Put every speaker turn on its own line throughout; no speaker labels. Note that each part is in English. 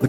The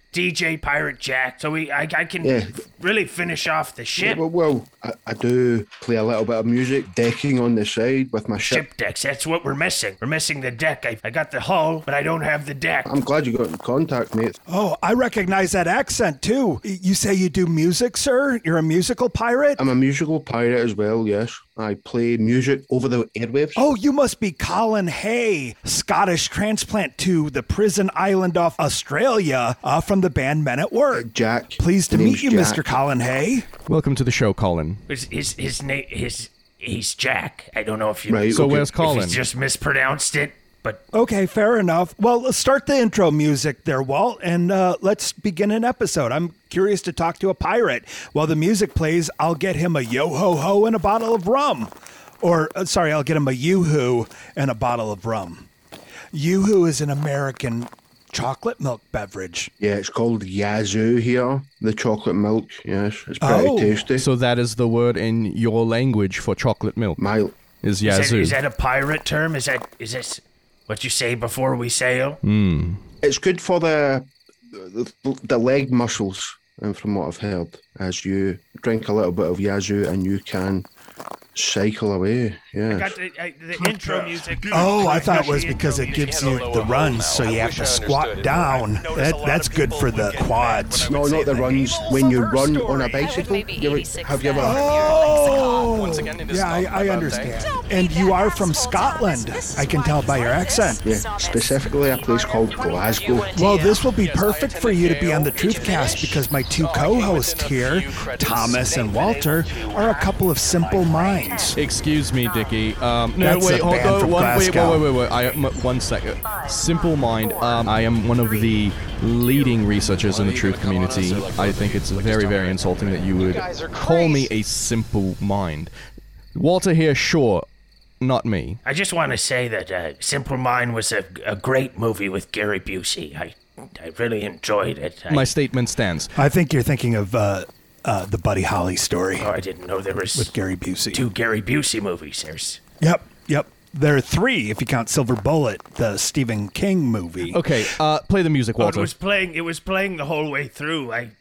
DJ Pirate Jack. So we, I, I can
Yeah.
really finish off the ship.
Well, well I, I do play a little bit of music, decking on the side with my ship.
Ship decks. That's what we're missing. We're missing the deck. I, I got the hull, but I don't have the deck.
I'm glad you got in contact, mate.
Oh, I recognize that accent too. Y- You say you do music, sir? You're a musical pirate?
I'm a musical pirate as well, yes. I play music over the airwaves.
Oh, you must be Colin Hay, Scottish transplant to the prison island off Australia uh, from the band Men at Work.
Jack.
Pleased to
The
meet
name's
you,
Jack.
Mr. Colin Hay.
Welcome to the show, Colin.
His his, his name is he's Jack. I don't know if you
Right.
So
okay.
where's
if
Colin?
he's just mispronounced it, but
Okay, fair enough. Well, let's start the intro music there, Walt, and uh, let's begin an episode. I'm curious to talk to a pirate. While the music plays, I'll get him a yo ho ho and a bottle of rum. Or, uh, sorry, I'll get him a yoo hoo and a bottle of rum. Yoo hoo is an American chocolate milk beverage.
Yeah, it's called Yazoo here. The chocolate milk. Yes, it's pretty
Oh.
tasty.
So that is the word in your language for chocolate milk.
My
Is
is that,
Yazoo.
is that a pirate term? Is that is this what you say before we sail?
Mm.
it's good for the, the the leg muscles. And from what I've heard, as you drink a little bit of Yazoo and you can cycle away. Yeah.
Got the, I, the intro music.
Oh, I thought it was
Especially
because it
intro
gives
music.
you the runs, so you have to squat down. That, that's good for the quads.
No, not the runs. When you run on a bicycle,
maybe
you would-
86
have you
then.
ever?
Oh,
Once again, it is
yeah,
not my
I, I
birthday.
understand.
Don't be
And you
that
are from
asshole,
Scotland.
Thomas. This is
I can
why
tell
you
by your
learned
accent.
this.
Yeah, specifically a place called Glasgow.
Well, this will be
Yes, I
perfect for you to be on the
attended Yale.
Truthcast because my two
Oh, I gave it
co-hosts
in a
here,
few credits.
Thomas and Walter, are a couple of simple minds.
Excuse me, Dickie. Um, no,
That's
wait,
a
hold
band
on.
from
One, wait, wait,
Glasgow.
wait, wait, wait. I, m- one second. Simple Mind. Um, I am one of the leading researchers in the truth community. I think it's very, very insulting that you would call me a simple mind. Walter here, sure, not me.
I just want to say that uh, Simple Mind was a, a great movie with Gary Busey. I I really enjoyed it. I,
My statement stands.
I think you're thinking of uh, uh, the Buddy Holly story
oh, I didn't know there was
with Gary Busey.
two Gary Busey movies. There's
Yep, yep. There are three if you count Silver Bullet, the Stephen King movie.
Okay, uh, play the music,
oh, it
Walter.
was playing. It was playing the whole way through. I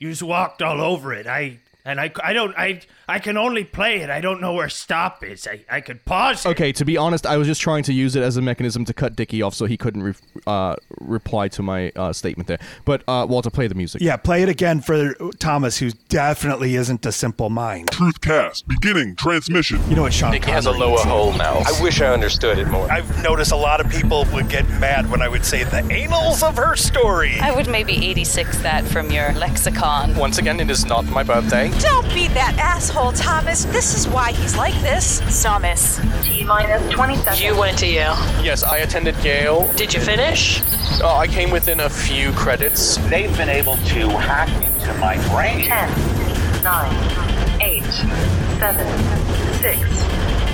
you just walked all over it. I and I, I don't I I can only play it. I don't know where stop is. I I could pause. it.
Okay, to be honest, I was just trying to use it as a mechanism to cut Dickie off so he couldn't re- uh, reply to my uh, statement there. But uh, Walter, play the music.
Yeah, play it again for Thomas, who definitely isn't a simple mind.
Truthcast, beginning transmission.
You know what Sean
Nick has a
Connery
lower
would say.
hole now. I wish I understood it more.
I've noticed a lot of people would get mad when I would say the annals of her story.
I would maybe 86 that from your lexicon.
Once again, it is not my birthday.
Don't be that asshole, Thomas. This is why he's like this.
Thomas,
T minus 20 seconds.
you went to Yale.
Yes, I attended Yale.
Did you finish?
Oh, I came within a few credits.
They've been able to hack into my brain.
10, 9, 8, 7, 6,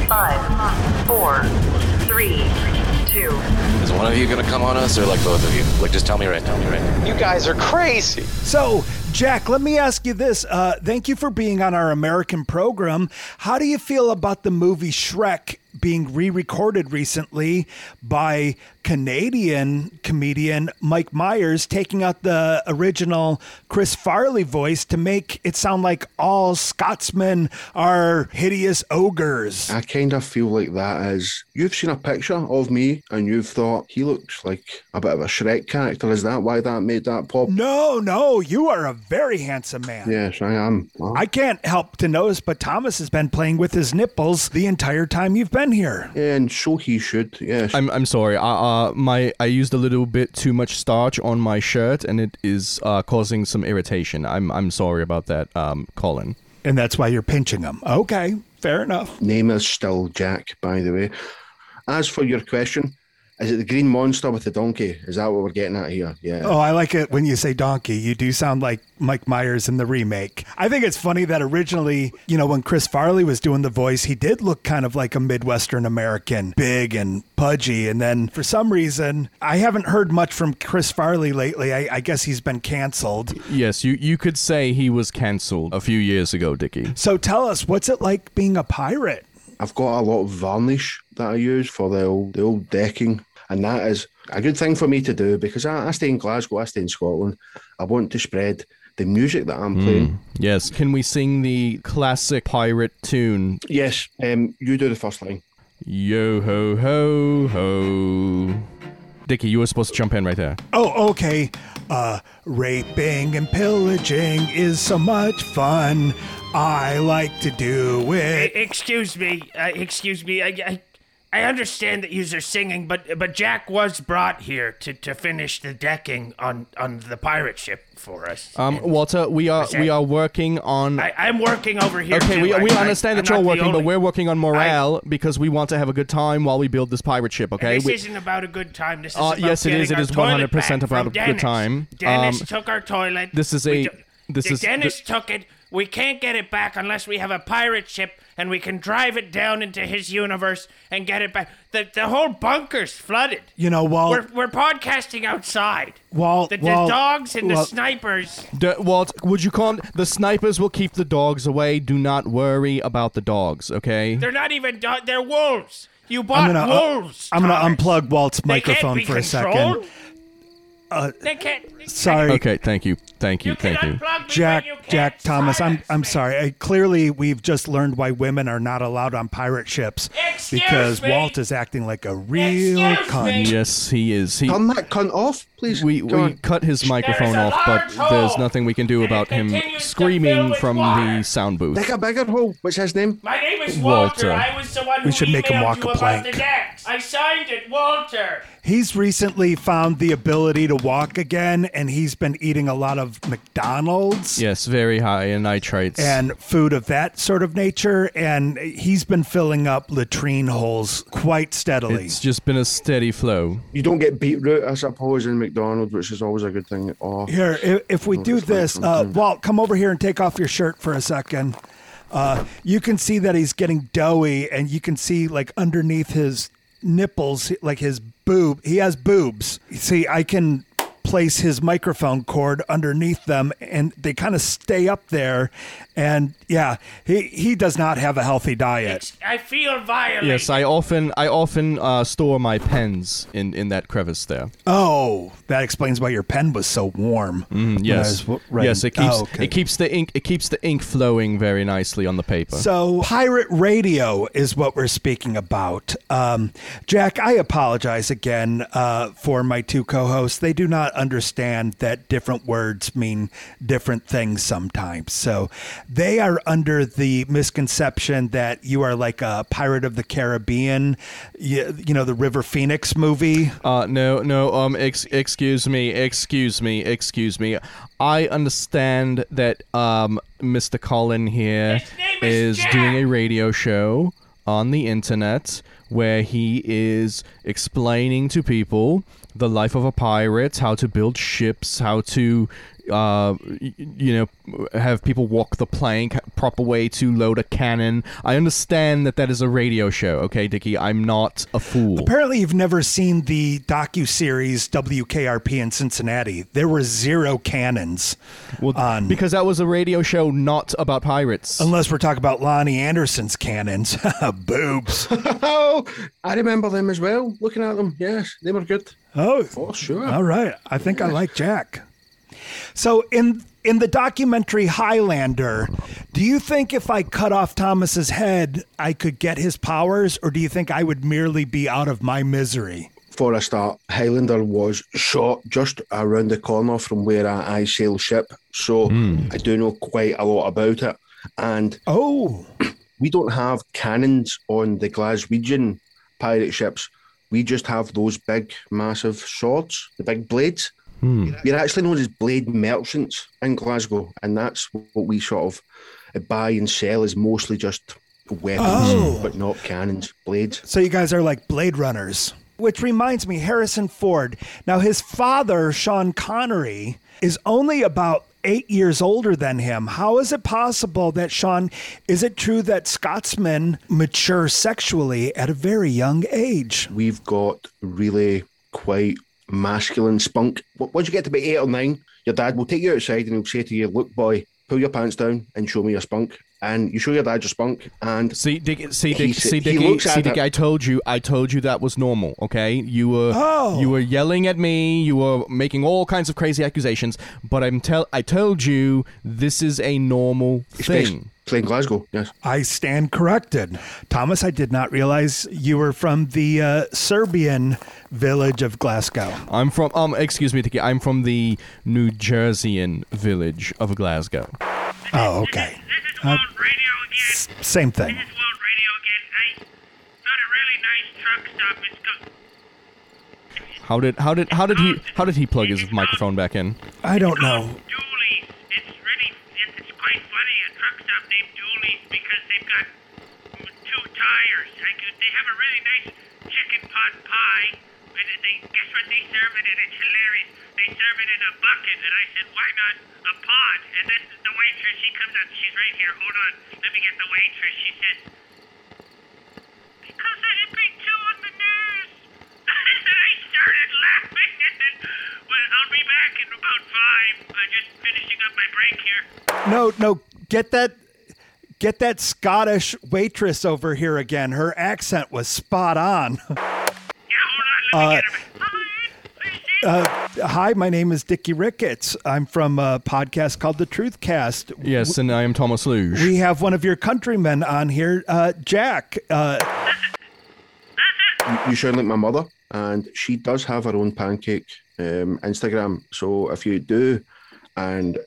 5, 4, 3, 2.
Is one of you gonna come on us, or like both of you? Like, just tell me right now. Tell me right now.
You guys are crazy.
So, Jack, let me ask you this. Uh, thank you for being on our American program. How do you feel about the movie Shrek being re recorded recently by Canadian comedian Mike Myers taking out the original Chris Farley voice to make it sound like all Scotsmen are hideous ogres.
I kind of feel like that is you've seen a picture of me and you've thought he looks like a bit of a Shrek character. Is that why that made that pop?
No, no, you are a very handsome man.
Yes, I am. Well,
I can't help to notice, but Thomas has been playing with his nipples the entire time you've been here.
and so he should. Yes.
I'm, I'm sorry. Uh, uh, my I used a little bit too much starch on my shirt, and it is uh, causing some irritation. I'm I'm sorry about that, um, Colin.
And that's why you're pinching him. Okay, fair enough.
Name is still Jack, by the way. As for your question, is it the green monster with the donkey? Is that what we're getting at here? Yeah.
Oh, I like it when you say donkey. You do sound like Mike Myers in the remake. I think it's funny that originally, you know, when Chris Farley was doing the voice, he did look kind of like a Midwestern American, big and pudgy. And then for some reason, I haven't heard much from Chris Farley lately. I, I guess he's been canceled.
Yes, you you could say he was cancelled a few years ago, Dickie.
So tell us, what's it like being a pirate?
I've got a lot of varnish that I use for the old, the old decking, and that is a good thing for me to do because I, I stay in Glasgow, I stay in Scotland. I want to spread the music that
Hmm.
I'm playing.
Yes. Can we sing the classic pirate tune?
Yes, um, you do the first line.
Yo ho ho ho. Dickie, you were supposed to jump in right there.
Oh, okay. Uh, raping and pillaging is so much fun. I like to do
E-
it.
Excuse me, uh, excuse me. I, I, I understand that you're singing, but but Jack was brought here to, to finish the decking on, on the pirate ship for us.
Um, Walter, we are we are working on.
I, I'm working over here.
Okay,
too.
we,
I-
we
I-
understand that
I'm not
you're
the
working, but
only-
we're working on morale because we want to have a good time while we build this pirate ship. Okay.
This
We-
isn't about a good time. This is
Uh,
about
yes, it
getting
is. It
our
is
toilet
100%
back
about
from
a good
Dennis.
time.
Dennis
Um,
took our toilet.
this is
We
a- this
the-
is-
Dennis took it. We can't get it back unless we have a pirate ship and we can drive it down into his universe and get it back. The the whole bunker's flooded.
You know, Walt.
We're we're podcasting outside.
Walt.
The, the
Walt,
dogs and the
Walt,
snipers.
D- Walt, would you call the snipers will keep the dogs away? Do not worry about the dogs. Okay.
They're not even dogs. They're wolves. You bought
I'm gonna. uh,
wolves.
I'm gonna
Thomas.
unplug Walt's
They can't
microphone
be
for a second. Uh,
controlled. They can't. they
Sorry,
Okay. Thank you. Thank you.
can
Thank you.
unplug me, but
Jack.
you can't
Jack Thomas. I'm.
silence
I'm
me.
sorry. I, clearly, we've just learned why women are not allowed on pirate ships
Excuse
because
me.
Walt is acting like a real
Excuse
cunt.
me.
Yes, he is. He.
Turn that cunt off, please.
We,
Go
we
on.
cut his microphone
a
off, but
large
there's
hole,
nothing we can do
and
about
it
him
continues to fill
screaming
with
from the
water.
sound booth.
Dig a bigger hole. What's his name?
My name is Walter.
Walter.
I was the one who
We should make him
emailed
walk
you
a
about
plank.
the decks. I signed it, Walter.
He's recently found the ability to walk again, and he's been eating a lot of McDonald's.
Yes, very high in nitrates.
and food of that sort of nature. And he's been filling up latrine holes quite steadily.
it's just been a steady flow.
You don't get beetroot, I suppose, in McDonald's, which is always a good thing. Oh,
here, if, if we do
it's Mm. like
this, uh,
something.
Walt, come over here and take off your shirt for a second. Uh, you can see that he's getting doughy, and you can see like underneath his nipples, like his boob. He has boobs. See, I can place his microphone cord underneath them and they kind of stay up there and yeah he he does not have a healthy diet
It's- I feel violated.
Yes, I often I often uh, store my pens in, in that crevice there.
Oh, that explains why your pen was so warm. when I was
Mm-hmm, Mm, Yes,
w- writing.
yes, it keeps
Oh, okay.
it keeps the ink it keeps the ink flowing very nicely on the paper.
So, pirate radio is what we're speaking about. Um, Jack, I apologize again uh, for my two co hosts. They do not understand that different words mean different things sometimes. So, they are under the misconception that you are like a Pirate of the Caribbean, you, you know, the River Phoenix movie.
Uh, no, no. Um, ex- excuse me, excuse me, excuse me. I understand that um, Mr. Colin here
His name
is
is
doing a
Jack.
radio show on the internet where he is explaining to people the life of a pirate, how to build ships, how to, uh, y- you know, have people walk the plank, proper way to load a cannon. I understand that that is a radio show, okay, Dickie? I'm not a fool.
Apparently, you've never seen the docu series WKRP in Cincinnati. There were zero cannons on
because that was a radio show not about pirates.
Unless we're talking about Lonnie Anderson's cannons, boobs.
oh, I remember them as well. Looking at them, yes, they were good.
Oh,
for sure.
All right, I think I like Jack. So in in the documentary Highlander, do you think if I cut off Thomas's head, I could get his powers, or do you think I would merely be out of my misery?
For a start, Highlander was shot just around the corner from where I, I sail ship, so
Hmm.
I do know quite a lot about it. And
oh,
we don't have cannons on the Glaswegian pirate ships. We just have those big, massive swords, the big blades. We're actually known as blade merchants in Glasgow, and that's what we sort of buy and sell is mostly just weapons,
Oh.
but not cannons, blades.
So you guys are like Blade Runners. Which reminds me, Harrison Ford. Now, his father, Sean Connery, is only about eight years older than him. How is it possible that Sean, is it true that Scotsmen mature sexually at a very young age?
We've got really quite masculine spunk. W- Once you get to about eight or nine, your dad will take you outside and he'll say to you, "Look, boy, pull your pants down and show me your spunk." And you show your dad your spunk, and
See, Dick,
He
see, Dick,
s-
see,
he
Dickie,
looks at
see, Dick,
it.
I told you, I told you that was normal. Okay, you were,
Oh.
you were yelling at me, you were making all kinds of crazy accusations, but I'm tell, I told you this is a normal
especially
thing.
playing Glasgow, yes.
I stand corrected. Thomas, I did not realize you were from the uh, Serbian village of Glasgow.
I'm from, um, excuse me, Dickie, I'm from the New Jerseyan village of Glasgow.
Oh, okay.
This is World
Uh,
Radio again.
S- Same thing.
This is World Radio again. I got a really nice truck stop. It's got
How did, how did, how did he, how did he plug his microphone back in?
I don't know.
Dooley's. It's really, it- it's quite funny, a truck stop named Dooley's because they've got two tires. I could, they have a really nice chicken pot pie, and they, guess what they serve it in? It's hilarious. They serve it in a bucket, and I said, why not a pod? And then the waitress, she comes up, she's right here, hold on, let me get the waitress. She said, because I had been two on the news. and I started laughing, and then, well, I'll be back in about five. I'm just finishing up my break here.
No, no, get that get that Scottish waitress over here again. Her accent was spot on.
Yeah, hold on, let me
Uh,
get him. Hi,
Uh, hi, my name is Dickie Ricketts. I'm from a podcast called The Truth Cast.
Yes, and I am Thomas Luge.
We have one of your countrymen on here, uh, Jack. Uh,
You sound like my mother, and she does have her own pancake um, Instagram. So if you do and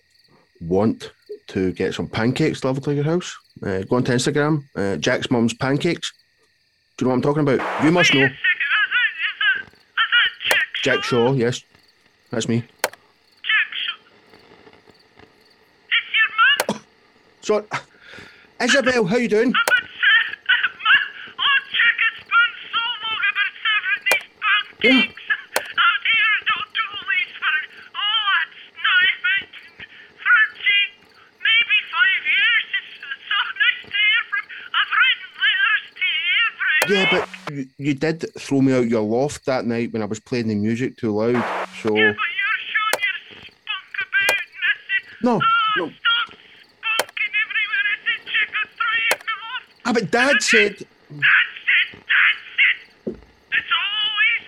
want to get some pancakes delivered to your house, uh, go onto Instagram, uh, Jack's Mum's Pancakes. Do you know what I'm talking about? You must know.
second. I thought, I thought, I thought Jack,
Jack Shaw, yes, that's me.
Jack, Sh- it's your mom.
So, Isabel, how you doing?
But, sir, mom, oh, Jack, it's been so long. I've been serving these pancakes out here in O'Dooley's for, oh, it's not even 13, maybe five years. It's so nice to hear from, I've written letters to you every
Yeah, but you, you did throw me out your loft that night when I was playing the music too loud. So,
Yeah, but you're showing your spunk about, and I said,
No,
oh,
no.
stop spunking everywhere. I said, Jack, I'll throw you in the loft.
ah, but Dad said,
That's it, that's it. It's always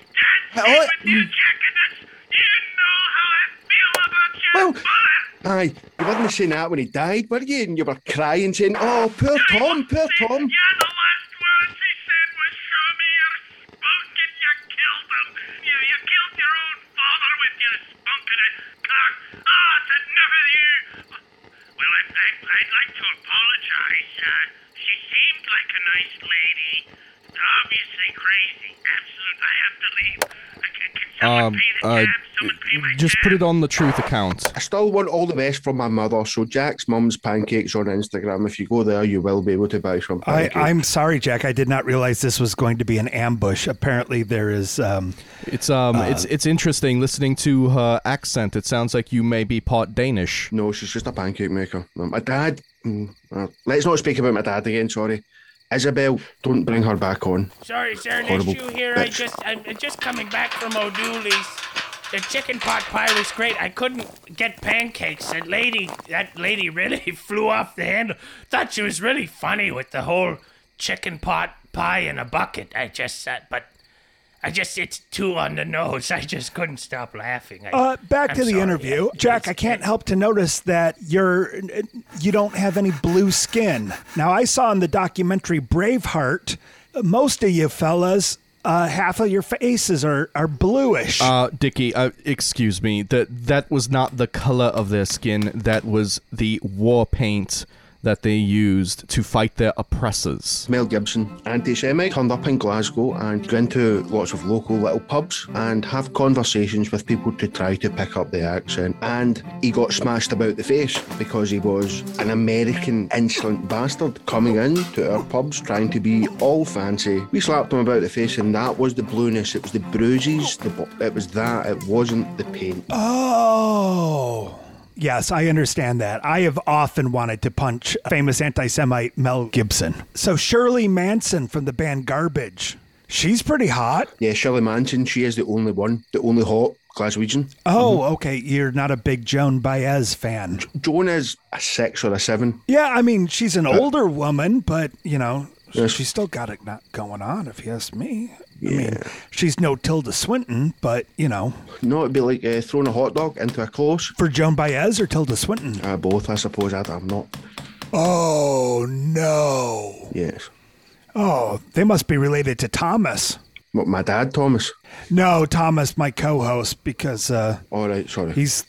that's
Well,
it with you, Jack, and that's, you know how I feel about you.
Well-
Bullet.
Aye, you weren't saying that when he died, were you? And you were crying, saying, "Oh, poor Tom, poor Tom."
Yeah, the last words he said was, show me your spunk and you killed him. You, you killed your own father with your spunk and a cock. Oh, to never you. Well, I, I, I'd like to apologize. Uh, she seemed like a nice lady. Obviously crazy. Absolute. I have to leave. I can, can someone
Um,
pay the
uh,
cab? Someone pay my
just put it on the truth account.
I still want all the best from my mother. So Jack's mum's pancakes on Instagram. If you go there, you will be able to buy some
I,
pancakes.
I'm sorry, Jack. I did not realize this was going to be an ambush. Apparently, there is. Um,
It's um, it's it's interesting listening to her accent. It sounds like you may be part Danish.
No, she's just a pancake maker. No, My dad. mm, uh, let's not speak about my dad again. Sorry, Isabel. Don't bring her back on.
Sorry, is there an
Horrible
issue here? I
bitch.
just I'm just coming back from O'Dooley's. The chicken pot pie was great. I couldn't get pancakes. That lady, that lady really flew off the handle. Thought she was really funny with the whole chicken pot pie in a bucket. I just said, but I just it's too on the nose. I just couldn't stop laughing. I,
uh, back
I'm
to the
sorry.
interview, Jack. I can't help to notice that you're you don't have any blue skin. Now, I saw in the documentary Braveheart, most of you fellas, uh, half of your faces are are bluish.
Uh, Dicky, uh, excuse me. That that was not the color of their skin. That was the war paint that they used to fight their oppressors.
Mel Gibson, anti-Semite, turned up in Glasgow and go into lots of local little pubs and have conversations with people to try to pick up the accent. And he got smashed about the face because he was an American insolent bastard coming in to our pubs trying to be all fancy. We slapped him about the face, and that was the blueness. It was the bruises. The bo- it was that. It wasn't the paint.
Oh. Yes, I understand that. I have often wanted to punch famous anti Semite Mel Gibson. So, Shirley Manson from the band Garbage. She's pretty hot.
Yeah, Shirley Manson. She is the only one, the only hot Glaswegian.
Oh,
Mm-hmm.
okay. You're not a big Joan Baez fan.
Joan is a six or a seven.
Yeah, I mean, she's an
Uh,
older woman, but, you know,
Yes.
she's still got it not going on, if you ask me. I mean, she's no Tilda Swinton, but, you know,
No, it'd be like uh, throwing a hot dog into a close.
for Joan Baez or Tilda Swinton.
Uh, both, I suppose. I, I'm not.
Oh, no.
Yes.
Oh, they must be related to Thomas.
What, my dad, Thomas?
No, Thomas, my co-host, because uh,
All right, sorry.
he's,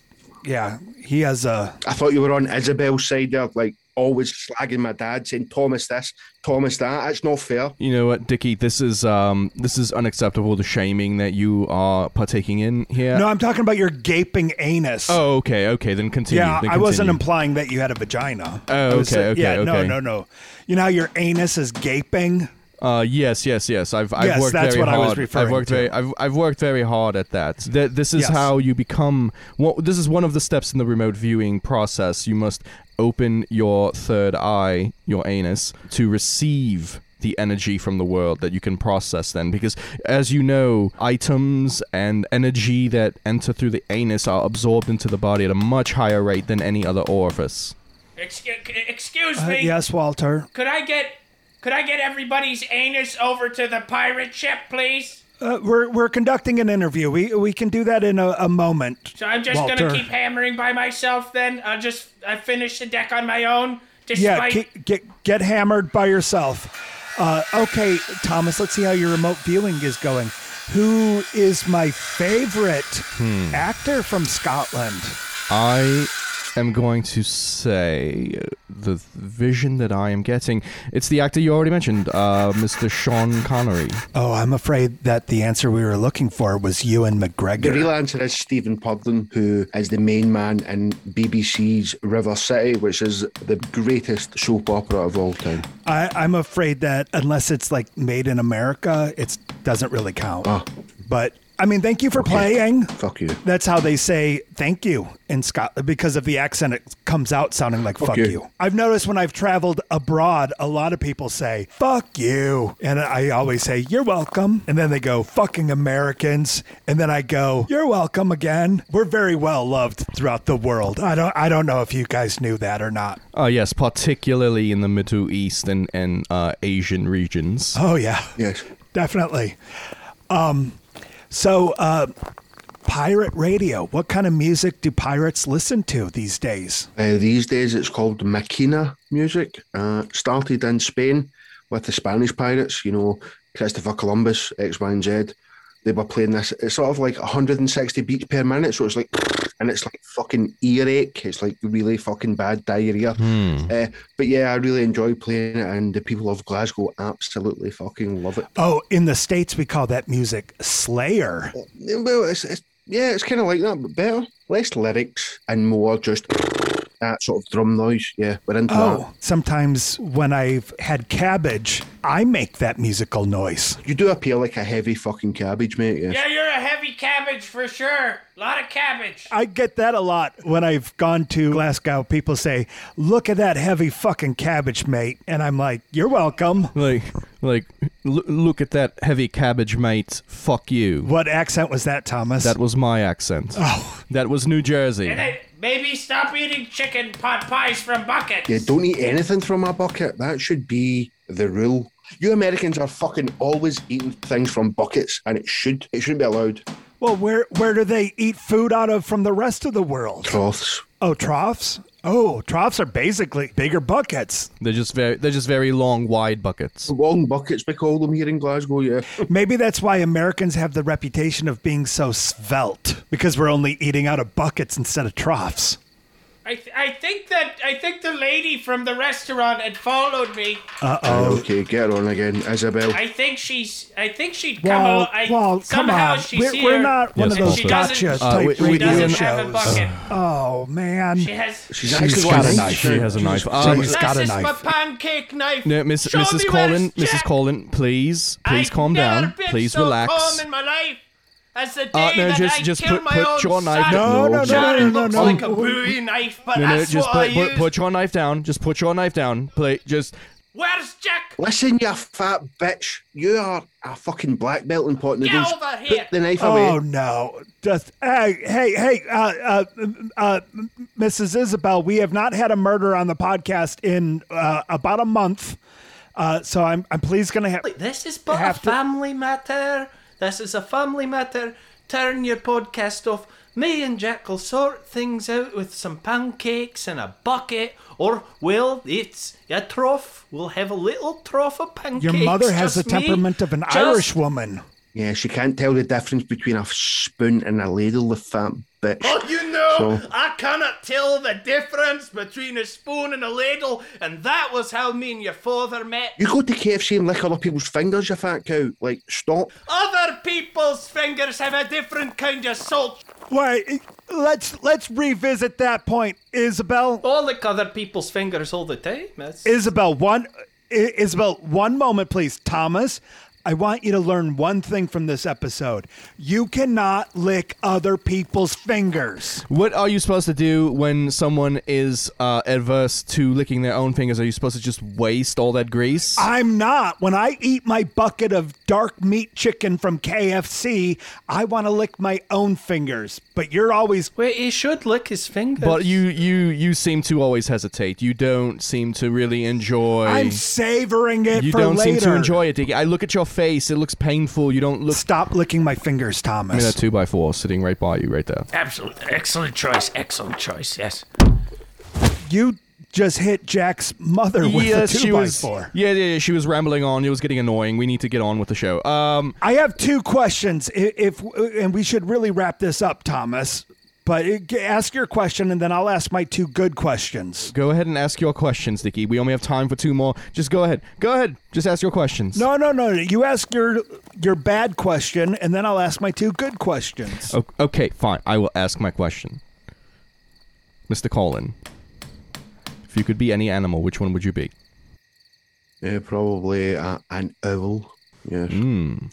yeah, he has a.
I thought you were on Isabel's side there, like always slagging my dad, saying Thomas this, Thomas that. That's not fair.
You know what, Dicky? This is um, this is unacceptable. The shaming that you are partaking in here.
No, I'm talking about your gaping anus.
Oh, okay, okay. Then continue.
yeah,
then
I wasn't
continue.
implying that you had a vagina.
Oh,
I was
okay,
saying-
okay,
yeah, no,
okay.
no, no. You know, how your anus is gaping.
Uh, yes, yes, yes. I've I've
Yes,
worked
that's
very
what I
hard.
was referring
have worked
to.
very I've I've worked very hard at that. Th- this is
Yes.
how you become. Well, this is one of the steps in the remote viewing process. You must open your third eye, your anus, to receive the energy from the world that you can process then because as you know items and energy that enter through the anus are absorbed into the body at a much higher rate than any other orifice
Excuse, excuse
Uh,
me.
yes, Walter.
Could I get could I get everybody's anus over to the pirate ship, please?
Uh, we're we're conducting an interview. We we can do that in a, a moment.
So I'm just
Walter.
gonna keep hammering by myself. Then I'll just I finish the deck on my own.
Yeah,
Despite
get, get get hammered by yourself. Uh, okay, Thomas, let's see how your remote viewing is going. Who is my favorite actor from Scotland?
I am going to say uh, the th- vision that I am getting. It's the actor you already mentioned, uh, Mr. Sean Connery.
Oh, I'm afraid that the answer we were looking for was Ewan
The
McGregor.
real answer is Stephen Pudlin, who is the main man in BBC's River City, which is the greatest soap opera of all time.
I, I'm afraid that unless it's like made in America, it doesn't really count.
Ah.
But I mean, thank you for playing.
Fuck you.
That's how they say thank you in Scotland because of the accent. It comes out sounding like fuck,
you."
you. I've noticed when I've traveled abroad, a lot of people say fuck you. And I always say, you're welcome. And then they go, fucking Americans. And then I go, you're welcome again. We're very well loved throughout the world. I don't, I don't know if you guys knew that or not.
Uh, yes, particularly in the Middle East and, and uh, Asian regions.
Oh, yeah.
Yes.
Definitely. Um, so, uh, pirate radio. What kind of music do pirates listen to these days?
Uh, these days it's called Maquina music. Uh, started in Spain with the Spanish pirates, you know, Christopher Columbus, X, Y, and Z. They were playing this. It's sort of like 160 beats per minute. So it's like, and it's like fucking earache. It's like really fucking bad diarrhea.
Hmm.
Uh, but yeah, I really enjoy playing it. And the people of Glasgow absolutely fucking love it.
Oh, in the States, we call that music Slayer.
Well, it's, it's Yeah, it's kind of like that, but better. Less lyrics and more just that sort of drum noise. Yeah, we're into
Oh, sometimes when I've had cabbage, I make that musical noise.
that. You do appear like a heavy fucking cabbage, mate. Yeah.
Yeah, you're a heavy cabbage for sure. Lot of cabbage.
I get that a lot when I've gone to Glasgow. People say, "Look at that heavy fucking cabbage, mate," and I'm like, "You're welcome."
Like, like, l- look at that heavy cabbage, mate. Fuck you.
What accent was that, Thomas?
That was my accent.
Oh.
That was New Jersey.
And then maybe stop eating chicken pot pies from buckets.
Yeah, don't eat anything from a bucket. That should be the rule. You Americans are fucking always eating things from buckets, and it should it shouldn't be allowed.
well, where where do they eat food out of from the rest of the world?
Cloths.
Oh, troughs. Oh, troughs are basically bigger buckets.
They're just very, they're just very long, wide buckets.
Oh.
Long buckets, we call them here in Glasgow. Yeah,
Maybe that's why Americans have the reputation of being so svelte because we're only eating out of buckets instead of troughs.
I, th- I think that I think the lady from the restaurant had followed me.
Okay, get on again, Isabel.
I think she's. I think she'd come.
Well,
out. I,
well, come
somehow
on.
She's
We're,
here,
we're not one
Yes,
of those
Paul,
she doesn't-
gotcha
Uh,
type
we- Uh, we
radio
doesn't
Doesn't have a
shows.
bucket.
oh man,
She has.
She's
she's
actually
got
wearing
a knife.
She has a knife. Um,
Jesus. She's
this
got a
is
knife.
my pancake knife.
no, Miss,
Show me
Mrs.
where
Colin,
it's
Mrs.
at.
Colin, please, please
I've
calm
never
down.
been
Please
so
relax.
Calm in my life. As the day
Uh, no,
that
just-
I
just
killed
put-
my
put
own
your knife-
son.
no,
No,
no,
John,
no,
it
no,
looks
no.
like a Bowie knife, but
No, no,
that's
just
what
put,
I
put,
use.
put your knife down. Just put your knife down. Play, just
Where's Jack?
Listen, you fat bitch. You are a fucking black belt in pot noodles.
over here.
Put the knife
Oh
away.
no! Just hey, hey, hey, uh, uh, m- uh, m- Mrs. Isabel, we have not had a murder on the podcast in uh, about a month, uh, so I'm I'm please gonna have.
This is but
have
a
to-
family matter. This is a family matter. Turn your podcast off. Me and Jack will sort things out with some pancakes and a bucket, or well, it's a trough. We'll have a little trough of pancakes.
Your mother has the
just me.
temperament of an
Just-
Irish woman.
Yeah, she can't tell the difference between a spoon and a ladle, the fat bitch.
Oh, you know,
So-
I cannot tell the difference between a spoon and a ladle, and that was how me and your father met.
You go to KFC and lick other people's fingers, you fat cow. Like, stop.
Other people's fingers have a different kind of salt.
Wait, let's let's revisit that point, Isabel.
All like Oh, other people's fingers all the time. That's...
Isabel, one I- Isabel, one moment, please. Thomas, I want you to learn one thing from this episode. You cannot lick other people's fingers.
What are you supposed to do when someone is uh, adverse to licking their own fingers? Are you supposed to just waste all that grease?
I'm not. When I eat my bucket of dark meat chicken from KFC, I want to lick my own fingers. But you're always
Wait, he should lick his fingers.
but you, you, you seem to always hesitate. You don't seem to really enjoy.
I'm savoring it
you
for
don't
later.
seem to enjoy it. Diggy. I look at your face; it looks painful. You don't look.
Stop licking my fingers,
I
Thomas.
mean, that two by four sitting right by you, right there.
Absolute, excellent choice, excellent choice, yes.
you just hit Jack's mother with a two
she
by
was.
four.
Yeah, yeah, yeah, she was rambling on. It was getting annoying. We need to get on with the show. Um,
I have two questions. I- If, and we should really wrap this up, Thomas. But it- ask your question, and then I'll ask my two good questions.
go ahead and ask your questions, Dicky. We only have time for two more. Just go ahead. Go ahead. Just ask your questions.
No, no, no. You ask your your bad question, and then I'll ask my two good questions.
O- okay, fine. I will ask my question. Mr. Colin, if you could be any animal, which one would you be?
Yeah, probably a, an owl. Yes.
Mm.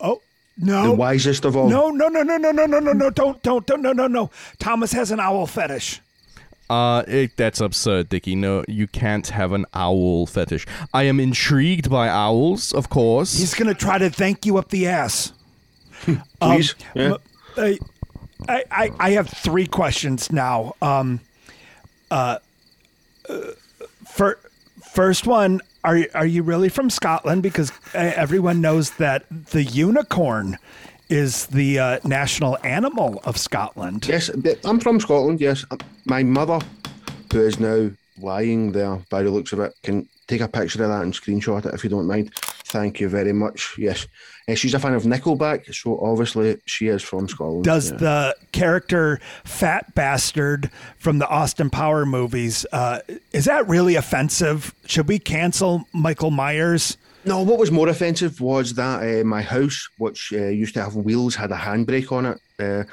Oh
The
no!
wisest of all.
No, no, no, no, no, no, no, no, no! Don't, don't, don't, no, no, no! Thomas has an owl fetish.
Uh, it, that's absurd, Dicky. No, you can't have an owl fetish. I am intrigued by owls, of course.
He's gonna try to thank you up the ass. um,
Please. yeah.
M- I, I, I- I have three questions now. Um, uh, for, first one, are y- are you really from Scotland? Because uh, everyone knows that the unicorn is the uh, national animal of Scotland.
Yes, th- I'm from Scotland. Yes, Um, my mother, who is now lying there by the looks of it, can take a picture of that and screenshot it if you don't mind. Thank you very much. Yes, Uh, she's a fan of Nickelback, so obviously she is from Scotland.
Does
yeah.
the character fat bastard from the Austin Power movies uh, is that really offensive? Should we cancel Michael Myers?
no? What was more offensive was that uh, my house, which uh, used to have wheels, had a handbrake on it. Uh,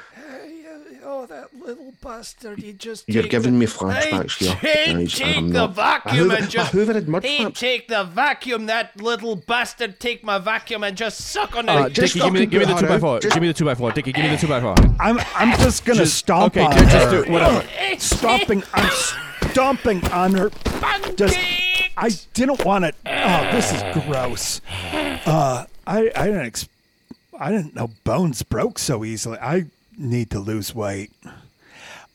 oh, that little bastard. He just.
You're
take
giving
the-
me flashbacks
Hey,
here.
Hey,
guys,
take
I'm
the
not- I
vacuum
hoovered-
and just.
I hoovered mud
hey,
flaps.
take the vacuum, that little bastard. Take my vacuum and just suck on it.
Uh, Dickie, give me, the- give me the 2x4. Give me the 2x4. Dickie, give me the 2x4.
I'm I'm just gonna
Just-
stomp
okay,
on
just-
her.
just do it, whatever.
Stomping, I'm stomping on her. Just, I didn't want it. Oh, this is gross. Uh, I I didn't ex- I didn't know bones broke so easily. I need to lose weight.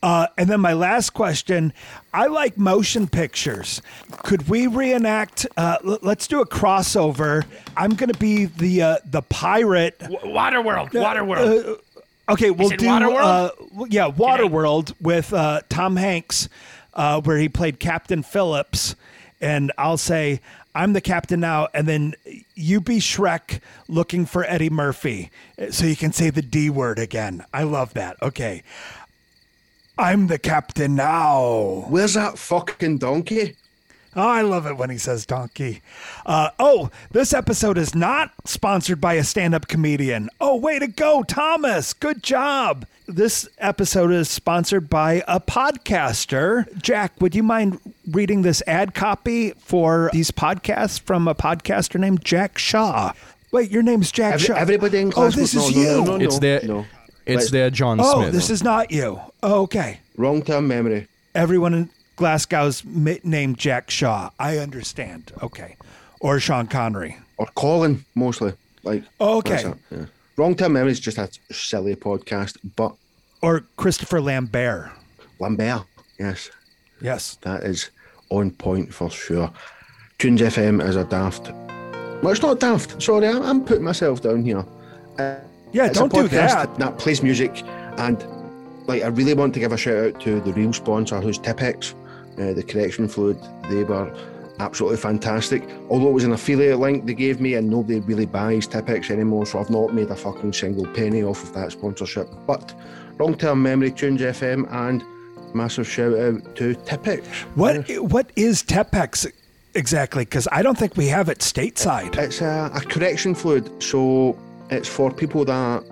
Uh, and then my last question: I like motion pictures. Could we reenact? Uh, l- let's do a crossover. I'm going to be the uh, the pirate.
Waterworld, Waterworld.
Uh, okay, we'll
it
do
Waterworld?
Uh, w- yeah, Waterworld with uh, Tom Hanks, uh, where he played Captain Phillips, and I'll say I'm the captain now, and then you be Shrek looking for Eddie Murphy, uh, so you can say the D word again. I love that. Okay, I'm the captain now.
Where's that fucking donkey?
Oh, I love it when he says donkey. Uh, oh, this episode is not sponsored by a stand up comedian. Oh, way to go, Thomas. Good job. This episode is sponsored by a podcaster. Jack, would you mind reading this ad copy for these podcasts from a podcaster named Jack Shaw? Wait, your name's Jack
Every-
Shaw.
everybody in
Oh,
class
this
was-
is
no,
you.
no, no, no, no.
It's their,
No.
it's
Wait.
their John
oh,
Smith.
this is not you. Oh, okay.
Wrong term memory.
everyone in Glasgow's mi- named Jack Shaw. I understand. Okay. Or Sean Connery.
Or Colin, mostly. Like
Oh, okay.
that's it, yeah. Wrong term memory is just a silly podcast, but
Or Christopher Lambert.
Lambert, yes.
Yes.
That is on point for sure. Tunes FM is a daft. Well, it's not daft. Sorry, I'm, I'm putting myself down here. Uh,
Yeah,
it's a
don't do
podcast That plays music, and like I really want to give a shout out to the real sponsor, who's Tipex, uh, the correction fluid. They were absolutely fantastic. Although it was an affiliate link they gave me, and nobody really buys Tipex anymore, so I've not made a fucking single penny off of that sponsorship. But long term memory, Tunes FM, and massive shout out to Tipex.
What what is Tepex exactly? Because I don't think we have it stateside.
It's a, a correction fluid, so it's for people that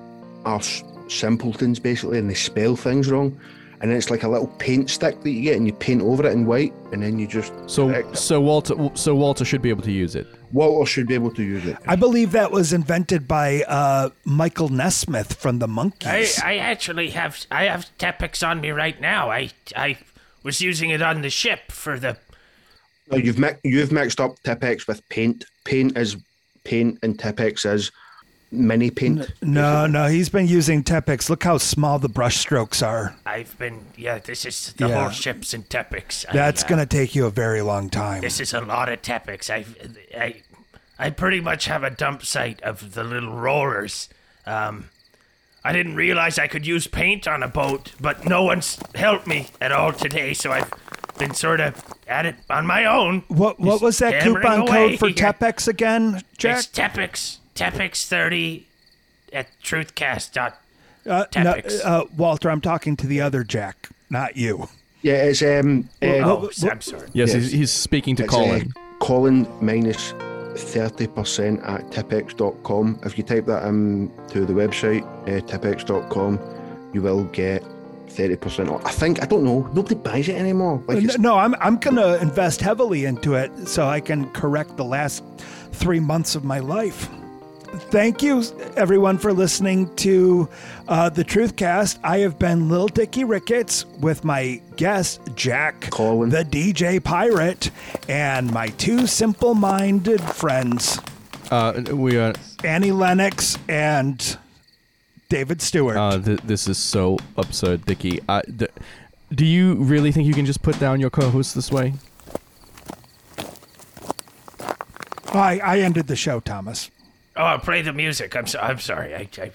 are s- simpletons basically and they spell things wrong. And it's like a little paint stick that you get and you paint over it in white and then you just.
So, so Walter, so Walter should be able to use it.
Walter should be able to use it.
I believe that was invented by uh, Michael Nesmith from the
I,
Monkees.
I actually have I have Tepex on me right now. I I was using it on the ship for the
No, you've mi- you've mixed up Tipex with paint. Paint is paint and Tipex is mini paint.
no, no, he's been using Tepex. Look how small the brush strokes are.
I've been yeah, this is the
Yeah.
whole ship's in Tepex. I,
That's
uh,
going to take you a very long time.
This is a lot of Tepex. I I I pretty much have a dump site of the little rollers. Um I didn't realize I could use paint on a boat, but no one's helped me at all today, so I've been sort of at it on my own.
What what
Just
was that
hammering
coupon
away
code for
here.
Tepex again, Jack?
It's Tepix. Tepix thirty at truthcast dot.
Uh, no,
Tepex.
uh, Walter, I'm talking to the other Jack, not you.
Yeah, it's. um.
Oh,
uh,
I'm sorry.
Yes, He's, he's speaking to
It's,
Colin.
uh, Colin minus 30% at tipex.com. If you type that in to the website, uh, tipex.com, you will get 30% off. I think, I don't know, nobody buys it anymore. Like,
Uh, N-
it's,
no, I'm I'm gonna invest heavily into it so I can correct the last three months of my life. Thank you, everyone, for listening to uh, the Truthcast. I have been Little Dickie Ricketts with my guest Jack, Colin. the DJ Pirate, and my two simple-minded friends.
Uh, we are.
Annie Lennox and David Stewart.
Uh, th- this is so absurd, Dickie. Uh, d- do you really think you can just put down your co-host this way?
I, I ended the show, Thomas.
Oh, play the music. I'm so, I'm sorry. I, I,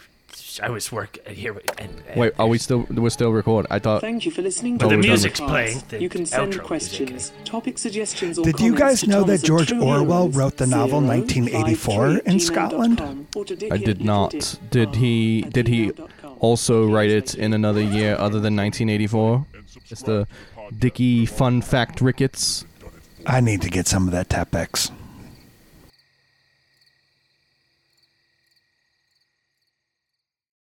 I was work here. And, and-
Wait, are we still? We're still recording. I thought.
Thank you for listening
Oh,
to
we're done with-
podcast. you can send questions, topic suggestions, or
Did you
comments
guys
to
know that
Thomas at
George
True
Orwell
Heroes
wrote the novel 1984 in Scotland?
or to Dick
I did not. Did Oh, he? Did he also write it in another year other than 1984? It's the Dicky Fun Fact Ricketts.
I need to get some of that Tapex.